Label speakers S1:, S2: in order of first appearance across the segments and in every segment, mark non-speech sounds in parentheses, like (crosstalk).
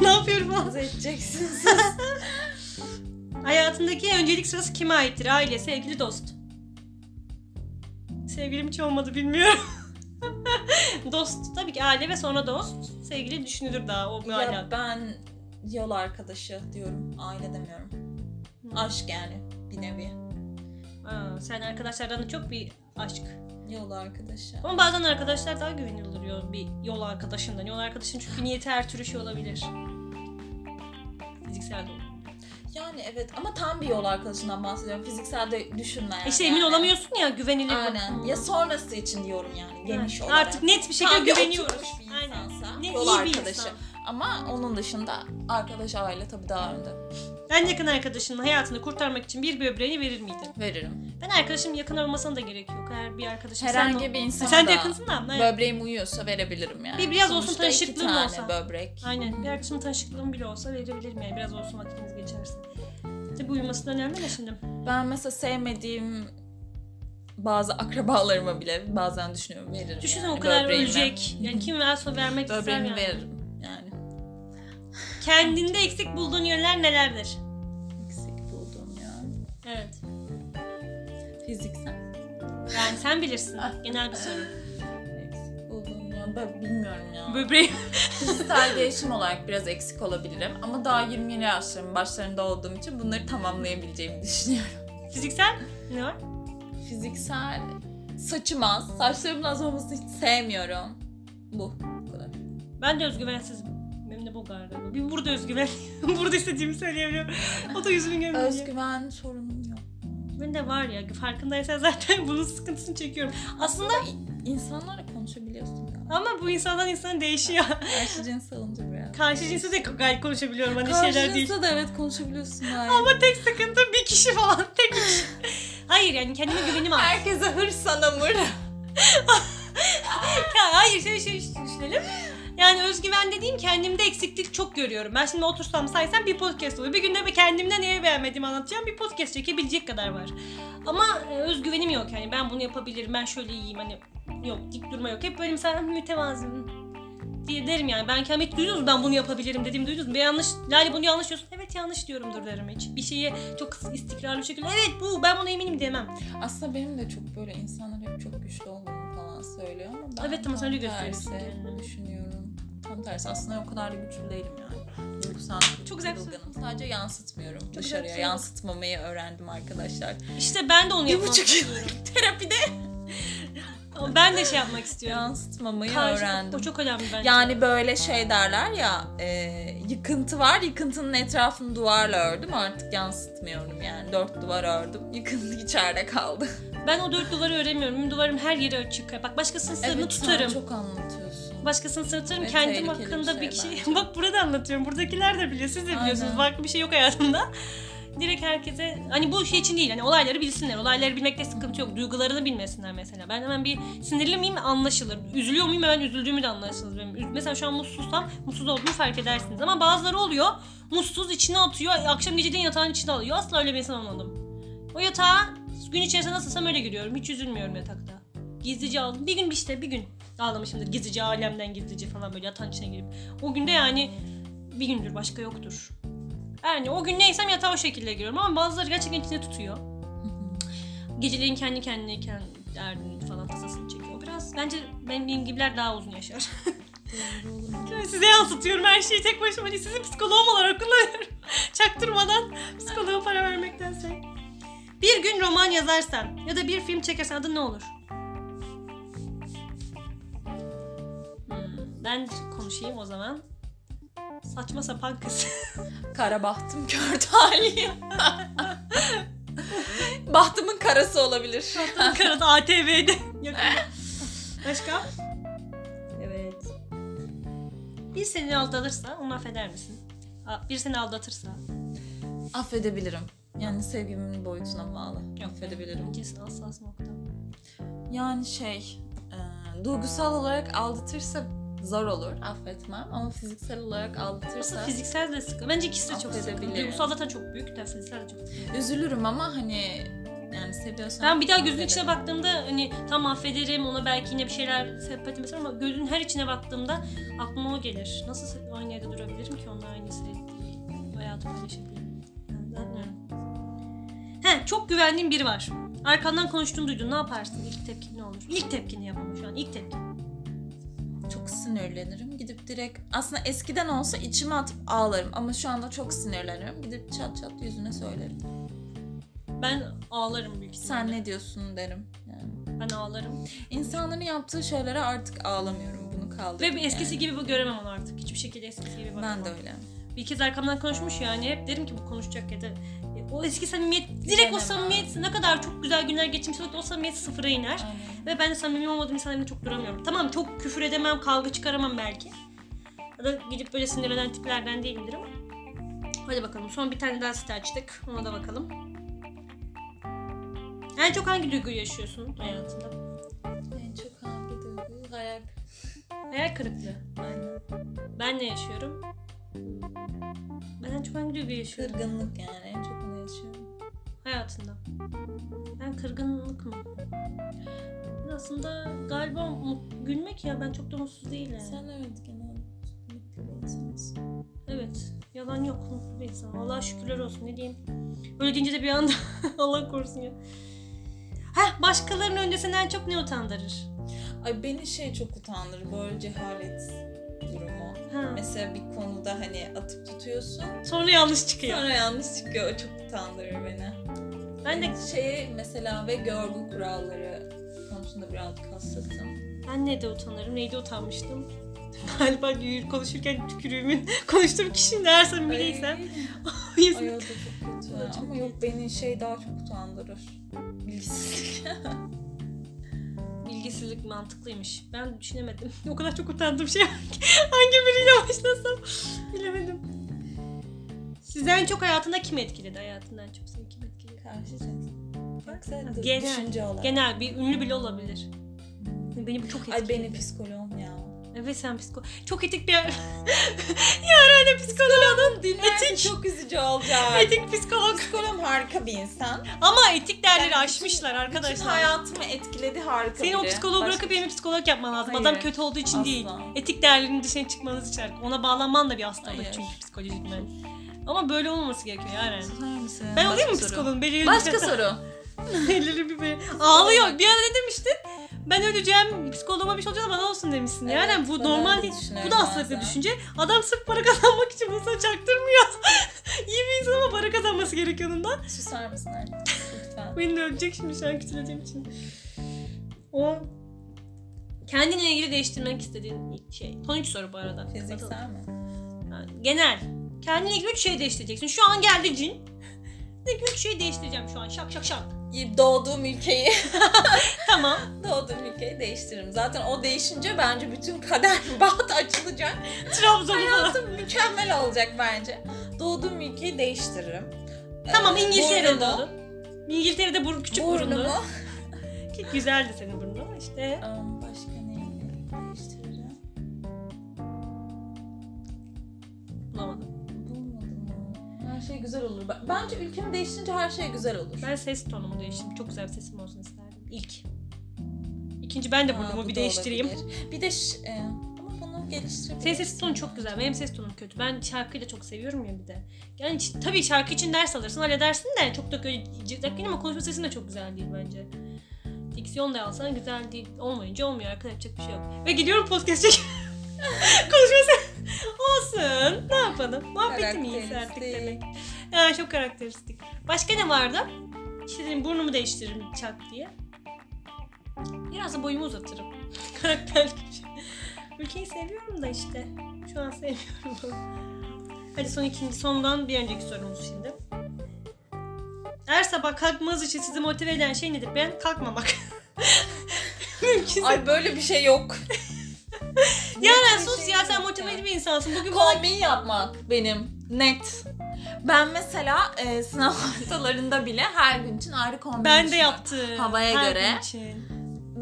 S1: ne yapıyorum ben?
S2: Naz edeceksiniz.
S1: (laughs) Hayatındaki öncelik sırası kime aittir? Aile, sevgili, dost. Sevgilim hiç olmadı bilmiyorum. (laughs) dost tabii ki aile ve sonra dost. Sevgili düşünülür daha o
S2: ya
S1: müalak.
S2: ben yol arkadaşı diyorum. Aile demiyorum. Aşk yani bir nevi.
S1: Aa, sen arkadaşlardan da çok bir aşk.
S2: Yol arkadaşı.
S1: Ama bazen arkadaşlar daha güveniliyor bir yol arkadaşından. Yol arkadaşın çünkü niyeti her türlü şey olabilir. Fiziksel de olur.
S2: Yani evet ama tam bir yol arkadaşından bahsediyorum. Fiziksel de düşünme yani.
S1: İşte E emin
S2: Yani.
S1: olamıyorsun ya güvenilir.
S2: Aynen.
S1: Hmm.
S2: Ya sonrası için diyorum yani geniş
S1: Yani
S2: olarak.
S1: Artık net bir şekilde
S2: Tam bir
S1: güveniyoruz.
S2: oturmuş bir
S1: Aynen.
S2: insansa,
S1: Ne
S2: yol
S1: iyi bir
S2: arkadaşı.
S1: insan.
S2: Ama onun dışında arkadaş aile tabii daha önde.
S1: Ben yakın arkadaşının hayatını kurtarmak için bir böbreğini verir miydin?
S2: Veririm.
S1: Ben arkadaşım yakın olmasına da gerek yok. Eğer bir arkadaşım sen
S2: Herhangi
S1: de...
S2: bir
S1: Ha,
S2: insana
S1: sen de
S2: da
S1: yakınsın da. aynen.
S2: böbreğim uyuyorsa verebilirim yani.
S1: Bir biraz olsun
S2: Sonuçta iki
S1: tanışıklığın
S2: tane
S1: olsa.
S2: böbrek.
S1: Aynen. Bir arkadaşımın tanışıklığım bile olsa verebilirim yani. Biraz olsun vakitimiz geçerse. Tabii uyuması da önemli de şimdi.
S2: Ben mesela sevmediğim bazı akrabalarıma bile bazen düşünüyorum veririm.
S1: Düşünsene
S2: yani,
S1: o kadar
S2: böbreğimi.
S1: ölecek. Yani kim verse o vermek ister
S2: Böbreğimi
S1: yani.
S2: veririm yani.
S1: Kendinde eksik bulduğun yönler nelerdir?
S2: Eksik buldum ya.
S1: Evet.
S2: Fiziksel.
S1: Yani sen bilirsin.
S2: Ah.
S1: Genel bir soru.
S2: Eksik buldum ya. Ben bilmiyorum ya.
S1: Böbreğim. (laughs)
S2: Fiziksel gelişim olarak biraz eksik olabilirim. Ama daha 20'li yaşlarımın başlarında olduğum için bunları tamamlayabileceğimi düşünüyorum.
S1: Fiziksel ne var?
S2: Fiziksel saçım az. Saçlarımın az olmasını hiç sevmiyorum. Bu. Bu kadar.
S1: Ben de özgüvensizim. Benim de bu galiba. Bir burada özgüven. (laughs) burada istediğimi söyleyebiliyorum. O da yüzümü görmüyor.
S2: Özgüven sorunum yok.
S1: Benim de var ya. Farkındaysan zaten (laughs) bunun sıkıntısını çekiyorum. Aslında
S2: İnsanlarla konuşabiliyorsun ya.
S1: ama bu insandan insana değişiyor.
S2: Karşı cins alınca biraz.
S1: Karşı cinsi de gayet konuşabiliyorum. Hani şeyler
S2: Karşı
S1: değil.
S2: cinsle de evet konuşabiliyorsun yani.
S1: Ama tek sıkıntı bir kişi falan. Tek bir kişi. (laughs) Hayır yani kendime
S2: (laughs)
S1: güvenim az.
S2: Herkese hırs sana mır.
S1: Ya hayır şöyle şey düşünelim. Yani özgüven dediğim kendimde eksiklik çok görüyorum. Ben şimdi otursam saysam bir podcast oluyor. Bir günde bir kendimde neye beğenmediğimi anlatacağım. Bir podcast çekebilecek kadar var. Ama e, özgüvenim yok yani. Ben bunu yapabilirim. Ben şöyle iyiyim. Hani yok dik durma yok. Hep böyle mesela "Ah, mütevazım diye derim yani. Ben kendim hiç duydunuz mu ben bunu yapabilirim dediğimi duydunuz mu? Ben yanlış, Lale bunu yanlış diyorsun. Evet yanlış diyorumdur derim hiç. Bir şeye çok istikrarlı bir şekilde evet bu ben buna eminim diyemem.
S2: Aslında benim de çok böyle insanlar hep çok güçlü olduğumu falan söylüyor ama ben
S1: Evet, ama sen
S2: tam
S1: öyle
S2: tersi
S1: gösteriyorsun kendini.
S2: düşünüyorum. Tam tersi aslında o kadar da güçlü değilim yani. Duygusal
S1: Çok güzel bir söz.
S2: kırılganım. Sadece yansıtmıyorum
S1: bir
S2: dışarıya.
S1: söz.
S2: Yansıtmamayı öğrendim arkadaşlar.
S1: İşte ben de onu
S2: Bir
S1: yapmak
S2: buçuk
S1: istiyorum.
S2: yıllık terapide
S1: (laughs) Ben de şey yapmak istiyorum.
S2: yansıtmamayı
S1: Karşılık,
S2: öğrendim.
S1: O çok önemli bence.
S2: Yani böyle şey derler ya e, yıkıntı var yıkıntının etrafını duvarla ördüm artık yansıtmıyorum yani dört duvar ördüm yıkıntı içeride kaldı.
S1: ben o dört duvarı öremiyorum. Benim duvarım her yere açık. Bak başkasının sırrını
S2: Evet, sen
S1: tutarım.
S2: çok anlatıyorsun.
S1: Başkasının sırrını tutarım.
S2: Ve
S1: Kendim
S2: tehlikeli bir
S1: hakkında
S2: şey
S1: bir kişi. (laughs)
S2: bence.
S1: Bak burada anlatıyorum. Buradakiler de biliyor. Siz de biliyorsunuz.
S2: Aynen.
S1: Farklı bir şey yok hayatımda. Direkt herkese hani bu şey için değil hani olayları bilsinler. Olayları bilmekte sıkıntı yok. Duygularını bilmesinler mesela. Ben hemen bir sinirli miyim anlaşılır. Üzülüyor muyum hemen üzüldüğümü de anlarsınız benim. Üz- Mesela şu an mutsuzsam mutsuz olduğumu fark edersiniz. Ama bazıları oluyor. Mutsuz içine atıyor. Akşam geceden yatağın içine alıyor. Asla öyle bir insan olmadım. O yatağa gün içerisinde nasılsam öyle giriyorum. Hiç üzülmüyorum yatakta. Gizlice aldım. Bir gün işte bir gün ağlamışımdır. Gizlice alemden gizlice falan böyle yatağın içine girip. O günde yani bir gündür başka yoktur. Yani o gün neysem yatağa o şekilde giriyorum ama bazıları gerçekten içine tutuyor. Geceleyin kendi kendine kendi derdini falan tasasını çekiyor. Biraz bence benim gibiler daha uzun yaşar. Size yansıtıyorum her şeyi tek başıma. Hani sizi psikoloğum olarak kullanıyorum. (laughs) Çaktırmadan psikoloğa para vermektense. Bir gün roman yazarsan ya da bir film çekersen adı ne olur? Hmm, ben konuşayım o zaman. Saçma sapan kız.
S2: Kara bahtım kör talihim. (laughs) Bahtımın karası olabilir.
S1: Ankara'da ATV'de. yakın. Başka? Evet. Bir seni aldatırsa onu affeder misin? Aa, Bir seni aldatırsa.
S2: Affedebilirim. Yani sevgimin boyutuna bağlı.
S1: Yok.
S2: Affedebilirim.
S1: Cinsin hassas nokta.
S2: Yani şey, e, duygusal olarak aldatırsa zor olur. Affetmem ama fiziksel olarak
S1: Aslında
S2: aldatırsa
S1: fiziksel de sıkı. Bence ikisi de çok sıkı.
S2: Affedebilirim.
S1: Duygusal zaten çok büyük de fiziksel de çok.
S2: üzülürüm ama hani Yani seviyorsan.
S1: Ben bir daha gözün
S2: affederim.
S1: içine baktığımda hani tam affederim ona belki yine bir şeyler sempatim mesela ama gözün her içine baktığımda aklıma o gelir. Nasıl se- aynı evde durabilirim ki onunla aynı se- hayatı paylaşabilirim? Yani zannetmiyorum. He çok güvendiğim biri var. Arkandan konuştuğunu duydun ne yaparsın? İlk tepkin ne olur? İlk tepkini yapamam şu an ilk tepkin.
S2: Çok sinirlenirim. Gidip direkt aslında eskiden olsa içime atıp ağlarım. Ama şu anda çok sinirlenirim. Gidip çat çat yüzüne söylerim.
S1: Ben ağlarım büyük ihtimalle.
S2: Sen ne diyorsun derim. Yani.
S1: Ben ağlarım.
S2: İnsanların yaptığı şeylere artık ağlamıyorum. Bunu kaldırdım.
S1: Ve eskisi
S2: yani.
S1: gibi bu göremem onu artık. Hiçbir şekilde eskisi gibi bakamam.
S2: Ben de öyle.
S1: bir kez arkamdan konuşmuş yani hep derim ki bu konuşacak ya da e, o eski samimiyet direkt
S2: Gidemem
S1: o samimiyet ne kadar çok güzel günler geçmiş olsa da o samimiyet sıfıra iner
S2: Aynen.
S1: ve ben de samimi olmadığım insanlarla çok duramıyorum. Tamam çok küfür edemem, kavga çıkaramam belki. Ya da gidip böyle sinirlenen tiplerden değilimdir ama. Hadi bakalım son bir tane daha site açtık. Ona da bakalım. En çok hangi duyguyu yaşıyorsun hayatında?
S2: En çok hangi duyguyu hayal
S1: Hayal kırıklığı.
S2: Aynen.
S1: Ben ne yaşıyorum? Ben en çok hangi duyguyu yaşıyorum?
S2: Kırgınlık yani en çok onu yaşıyorum.
S1: hayatında. Ben kırgınlık mı? Ben Aslında galiba mut- gülmek ya ben çok da mutsuz değilim.
S2: Sen evet genelde mutlu bir insansın.
S1: Evet. Yalan yok. Mutlu bir insan. Allah'a şükürler olsun. Ne diyeyim? Öyle deyince de bir anda (laughs) Allah korusun ya. Heh, başkalarının önünde seni en çok ne utandırır?
S2: Ay beni şey çok utandırır böyle cehalet durumu.
S1: Ha.
S2: Mesela bir konuda hani atıp tutuyorsun
S1: Sonra yanlış çıkıyor.
S2: sonra yanlış çıkıyor. O çok utandırır beni.
S1: Ben de
S2: şeye mesela ve görgü kuralları konusunda birazcık hassasım.
S1: ben ne de utanırım. Neydi utanmıştım? (laughs) Galiba yürü- konuşurken tükürüğümün (laughs) konuştuğum kişinin eğer samimiysem
S2: Ay.
S1: o yüzden
S2: Ay o da çok kötü.
S1: O da çok
S2: Ama yok beni şey daha çok utandırır. Bilgisizlik. (laughs)
S1: Bilgisizlik mantıklıymış. Ben düşünemedim. (laughs) O kadar çok utandığım şey var ki. (laughs) hangi biriyle başlasam bilemedim. Sizden en çok hayatında kim etkiledi? Hayatından çok seni kim etkiledi?
S2: Karşı cins. Yoksa
S1: Genç-
S2: düşünce olarak.
S1: Genel bir ünlü bile olabilir. Beni bu çok etkiledi.
S2: Ay beni psikoloğum ya.
S1: Evet sen psiko... Çok etik bir... (laughs) Yaren psikoloğun
S2: Dinlerse çok üzücü olacak.
S1: etik psikolog.
S2: psikoloğum harika bir insan.
S1: Ama etik değerleri
S2: Yani
S1: aşmışlar
S2: Bütün
S1: arkadaşlar.
S2: hayatımı etkiledi harika
S1: Senin o
S2: biri.
S1: psikoloğu
S2: Başka-
S1: bırakıp benim psikolog yapman lazım.
S2: Hayır,
S1: Adam kötü olduğu için
S2: asla.
S1: değil. Etik değerlerinin dışına çıkmanız için. Ona bağlanman da bir hastalık
S2: Hayır.
S1: çünkü psikolojik ben. Ama böyle olmaması gerekiyor yani.
S2: Susar mısın?
S1: Ben olayım mı
S2: Başka soru.
S1: psikoloğum? Belirli
S2: Başka soru.
S1: (laughs) Elleri bir böyle. Ağlıyor. Bir ara ne demiştin? Ben öleceğim, psikoloğuma bir şey olacak bana olsun demişsin.
S2: Evet,
S1: yani bu
S2: ben
S1: normal
S2: öyle
S1: değil. Bu
S2: düşünüyorum
S1: da hastalıklı
S2: bazen.
S1: düşünce. Adam sırf para kazanmak için bunu sana çaktırmıyor. (laughs) İyi bir insan ama para kazanması gerekiyor ondan.
S2: (laughs) Susar mısın artık? Lütfen.
S1: Beni de ölecek şimdi şu an küçüleceğim için. O kendinle ilgili değiştirmek istediğin ilk şey. Son üç soru bu arada. Kapatalım.
S2: Fiziksel mi?
S1: Yani genel. Kendinle ilgili üç şey değiştireceksin. Şu an geldi cin. (laughs) Ne üç şey değiştireceğim şu an. Şak şak şak.
S2: Doğduğum ülkeyi, (laughs)
S1: Tamam.
S2: doğduğum ülkeyi değiştiririm. Zaten o değişince bence bütün kader (laughs) baht açılacak.
S1: Trabzon'u falan.
S2: Hayatım mükemmel olacak bence. Doğduğum ülkeyi değiştiririm.
S1: Tamam
S2: Ee,
S1: İngiltere'de
S2: burnumu-
S1: doğdun. İngiltere'de burun küçük burunlu.
S2: burnumu.
S1: Ki güzeldi senin burnun ama işte.
S2: Am, Başka neyi değiştiririm?
S1: Bulamadım.
S2: Bulmadım ya. Her şey güzel olur. Ben- Bence ülkemi değiştirince her şey güzel olur.
S1: Ben ses tonumu değiştirdim. Çok güzel bir sesim olsun isterdim. İlk. İkinci ben de
S2: Aa,
S1: burnumu
S2: bu
S1: bir
S2: da
S1: değiştireyim.
S2: olabilir. Bir de ş- e, ama bunu geliştirebilirim.
S1: Senin ses tonu çok güzel. Benim ses tonum kötü. Ben şarkıyı da çok seviyorum ya bir de. Yani ç- tabii şarkı için ders alırsın, halledersin de çok da böyle cırtlak değil ama konuşma sesin de çok güzel değil bence. Diksiyon da alsan güzel değil. Olmayınca olmuyor. Arkadaş yapacak bir şey yok. Ve gidiyorum podcast çek. (laughs) konuşma sesi. (laughs) Olsun. Ne yapalım? Muhabbetim iyi artık demek. Ha, çok karakteristik. Başka ne vardı? İşte dedim burnumu değiştiririm çat diye. Biraz da boyumu uzatırım. (laughs) Karakterli bir şey. Ülkeyi seviyorum da işte. Şu an sevmiyorum. Hadi son ikinci, sondan bir önceki sorumuz şimdi. Her sabah kalkmanız için sizi motive eden şey nedir? Ben kalkmamak. (laughs) Mümkünse.
S2: Ay böyle bir şey yok.
S1: Yaren
S2: şey
S1: sus (laughs) ya sen motive bir insansın. Bugün bana
S2: Kombin yapmak benim. Net. Ben mesela e, sınav (laughs) haftalarında bile her gün için ayrı kombin
S1: ben de
S2: düşünüyorum.
S1: yaptım.
S2: Havaya
S1: Her
S2: göre.
S1: gün için.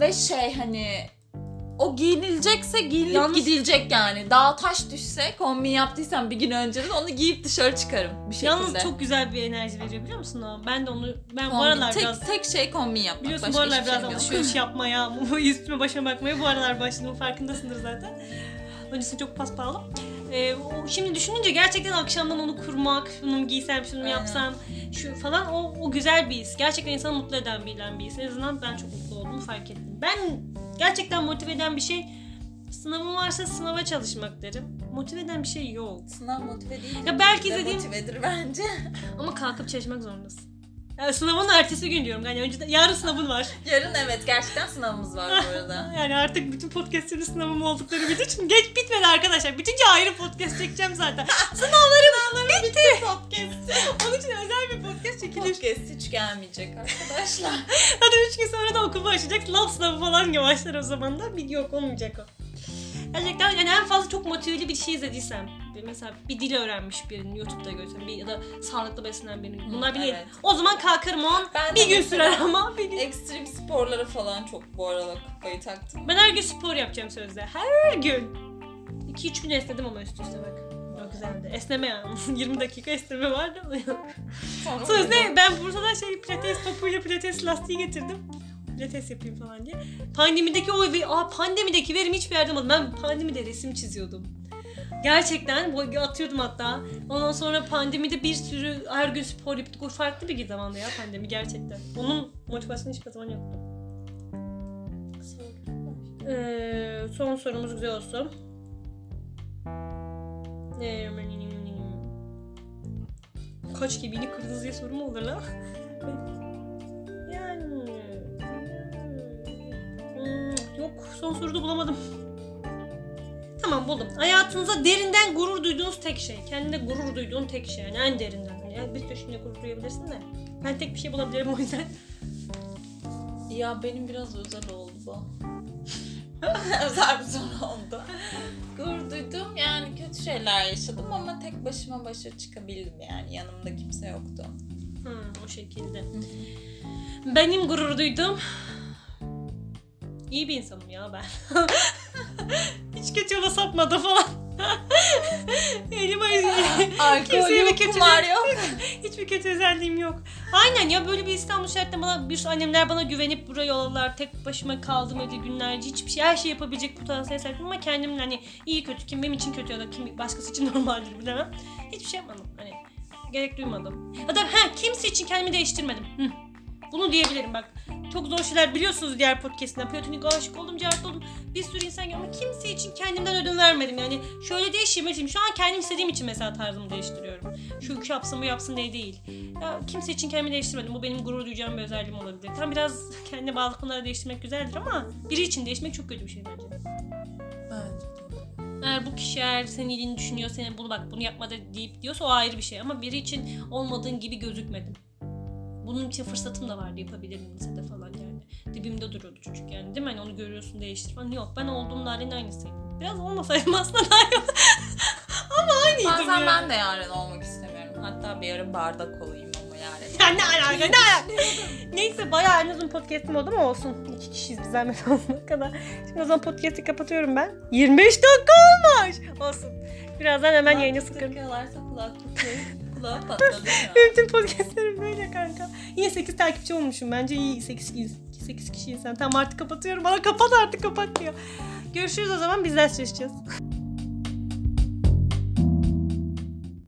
S2: Ve şey hani O giyinilecekse giyinilip
S1: Yalnız-
S2: gidilecek yani. Dağa taş düşse kombin yaptıysam bir gün önceden onu giyip dışarı çıkarım bir şekilde.
S1: Yalnız çok güzel bir enerji veriyor biliyor musun? o? Ben de onu ben bu
S2: Kombin.
S1: aralar
S2: tek,
S1: biraz
S2: tek şey kombin yapmak.
S1: biliyorsun
S2: Başka
S1: bu aralar
S2: hiçbir şey
S1: biraz
S2: şeyim yok.
S1: alışveriş
S2: (laughs)
S1: yapmaya, üstüme başıma bakmaya bu aralar başladım farkındasındır zaten. Öncesi çok paspalım. Ee, o- şimdi düşününce gerçekten akşamdan onu kurmak, şunu mu giysem, şunu mu
S2: Aynen.
S1: yapsam şu falan o, o güzel bir his. Gerçekten insanı mutlu eden bir, bir his. En azından ben çok mutlu olduğumu fark ettim. Ben gerçekten motive eden bir şey sınavım varsa sınava çalışmak derim. Motive eden bir şey yok.
S2: Sınav motive değil.
S1: Ya belki
S2: de
S1: izlediğim
S2: motivedir bence.
S1: Ama kalkıp çalışmak zorundasın. Yani sınavın ertesi gün diyorum. Yani önceden, yarın sınavın var.
S2: Yarın evet gerçekten sınavımız var
S1: (laughs)
S2: bu arada.
S1: Yani artık bütün podcastlerin sınavım oldukları bildiği için geç bitmedi arkadaşlar. Bitince ayrı podcast çekeceğim
S2: (laughs)
S1: zaten. Sınavlarım bitti.
S2: Podcast.
S1: Onun için özel bir podcast çekilir.
S2: Podcast hiç gelmeyecek arkadaşlar. (laughs)
S1: Hadi üç gün sonra da okul başlayacak. Sınav sınavı falan yavaşlar o zaman da. Bir yok olmayacak o. Gerçekten yani en fazla çok motiveli bir şey izlediysem. bir- Mesela bir dil öğrenmiş birini YouTube'da görsem. Bir, ya da sağlıklı beslenen birini.
S2: Hı,
S1: Bunlar bile
S2: evet.
S1: o zaman kalkarım o an.
S2: Ben de
S1: Bir gün
S2: mesela
S1: sürer ama bir gün.
S2: Ekstrem sporlara falan çok bu aralar kafayı taktım.
S1: Ben her gün spor yapacağım sözde. Her gün. 2-3 gün esnedim ama üst üste bak. Çok güzeldi. Esneme yani. (laughs) 20 dakika esneme vardı.
S2: Sonra
S1: sözde ben Bursa'dan şey pilates topuyla pilates lastiği getirdim. Pilates yapayım falan diye. Pandemideki o ve aa, pandemideki verim hiçbir yerde olmadı. Ben pandemide resim çiziyordum. Gerçekten bu- atıyordum hatta. Ondan sonra pandemide bir sürü her gün spor yaptık. O farklı bir zamanda ya pandemi gerçekten. Onun motivasyonu hiçbir zaman yoktu. Ee, son sorumuz güzel olsun. Ee, Kaç gibi yine kırmızıya soru mu olur lan? yani... Hmm, Yok son soruda bulamadım. Tamam buldum. Hayatınıza derinden gurur duyduğunuz tek şey. Kendine gurur duyduğun tek şey. Yani en derinden. Yani bir sürü şimdi gurur duyabilirsin de. Ben tek bir şey bulabilirim o yüzden.
S2: Ya benim biraz özel oldu bu. (laughs) özel bir soru oldu. Gurur duydum yani kötü şeyler yaşadım ama tek başıma başa çıkabildim yani yanımda kimse (laughs) yoktu.
S1: Hmm, o şekilde. Benim gurur duyduğum iyi bir insanım ya ben. (laughs) Hiç kötü yola sapmadı falan. (laughs) Elime
S2: Alkol
S1: Kimseye bir
S2: yok,
S1: kötülük-
S2: kumar yok.
S1: hiçbir kötü özelliğim yok. Aynen ya böyle bir İstanbul şartında bana bir sürü annemler bana güvenip buraya yolladılar. Tek başıma kaldım öyle günlerce hiçbir şey her şey yapabilecek potansiyel sahibim ama kendimle hani iyi kötü kim benim için kötü ya da kim başkası için (laughs) normaldir bilemem. Hiçbir şey yapmadım hani gerek duymadım. Ya da ha kimse için kendimi değiştirmedim. Hı. Bunu diyebilirim bak. Çok zor şeyler biliyorsunuz diğer podcast'inde. Platonik aşık oldum, cevap oldum. Bir sürü insan geldi ama kimse için kendimden ödün vermedim. Yani şöyle değişeyim, böyle değişeyim. Şu an kendim istediğim için mesela tarzımı değiştiriyorum. Şu şu yapsın, bu yapsın diye değil. Ya, kimse için kendimi değiştirmedim. Bu benim gurur duyacağım bir özelliğim olabilir. Tam biraz (laughs) kendine bağlı konuları değiştirmek güzeldir ama biri için değişmek çok kötü bir şey bence. Eğer bu kişi eğer senin iyiliğini düşünüyor, senin bunu bak bunu yapma da deyip diyorsa o ayrı bir şey. Ama biri için olmadığın gibi gözükmedim. Bunun için fırsatım da vardı yapabilirdim lisede falan yani. Dibimde duruyordu çocuk yani değil mi? Hani onu görüyorsun değiştir falan. Yok ben olduğumda halen aynısıydım. Biraz olmasaydım (laughs) aslında daha iyi olur. Ama aynıydım
S2: Bazen
S1: ya.
S2: ben de yaren olmak istemiyorum. Hatta bir ara bardak olayım ama yaren.
S1: Ya ne alaka ne alaka. Neyse bayağı en uzun podcast'im oldu ama olsun. İki kişiyiz biz zahmet olsun kadar. Şimdi o zaman podcast'i kapatıyorum ben. 25 dakika olmuş. Olsun. Birazdan hemen yayını
S2: Kulaklık
S1: sıkarım.
S2: Takıyorlarsa (laughs) kulaklıkları kulağa patladı ya.
S1: Benim tüm podcastlerim böyle kanka. Yine 8 takipçi olmuşum. Bence iyi 8 8 kişi insan. Tamam artık kapatıyorum. Bana kapat artık kapat diyor. Görüşürüz o zaman. Bizler çalışacağız.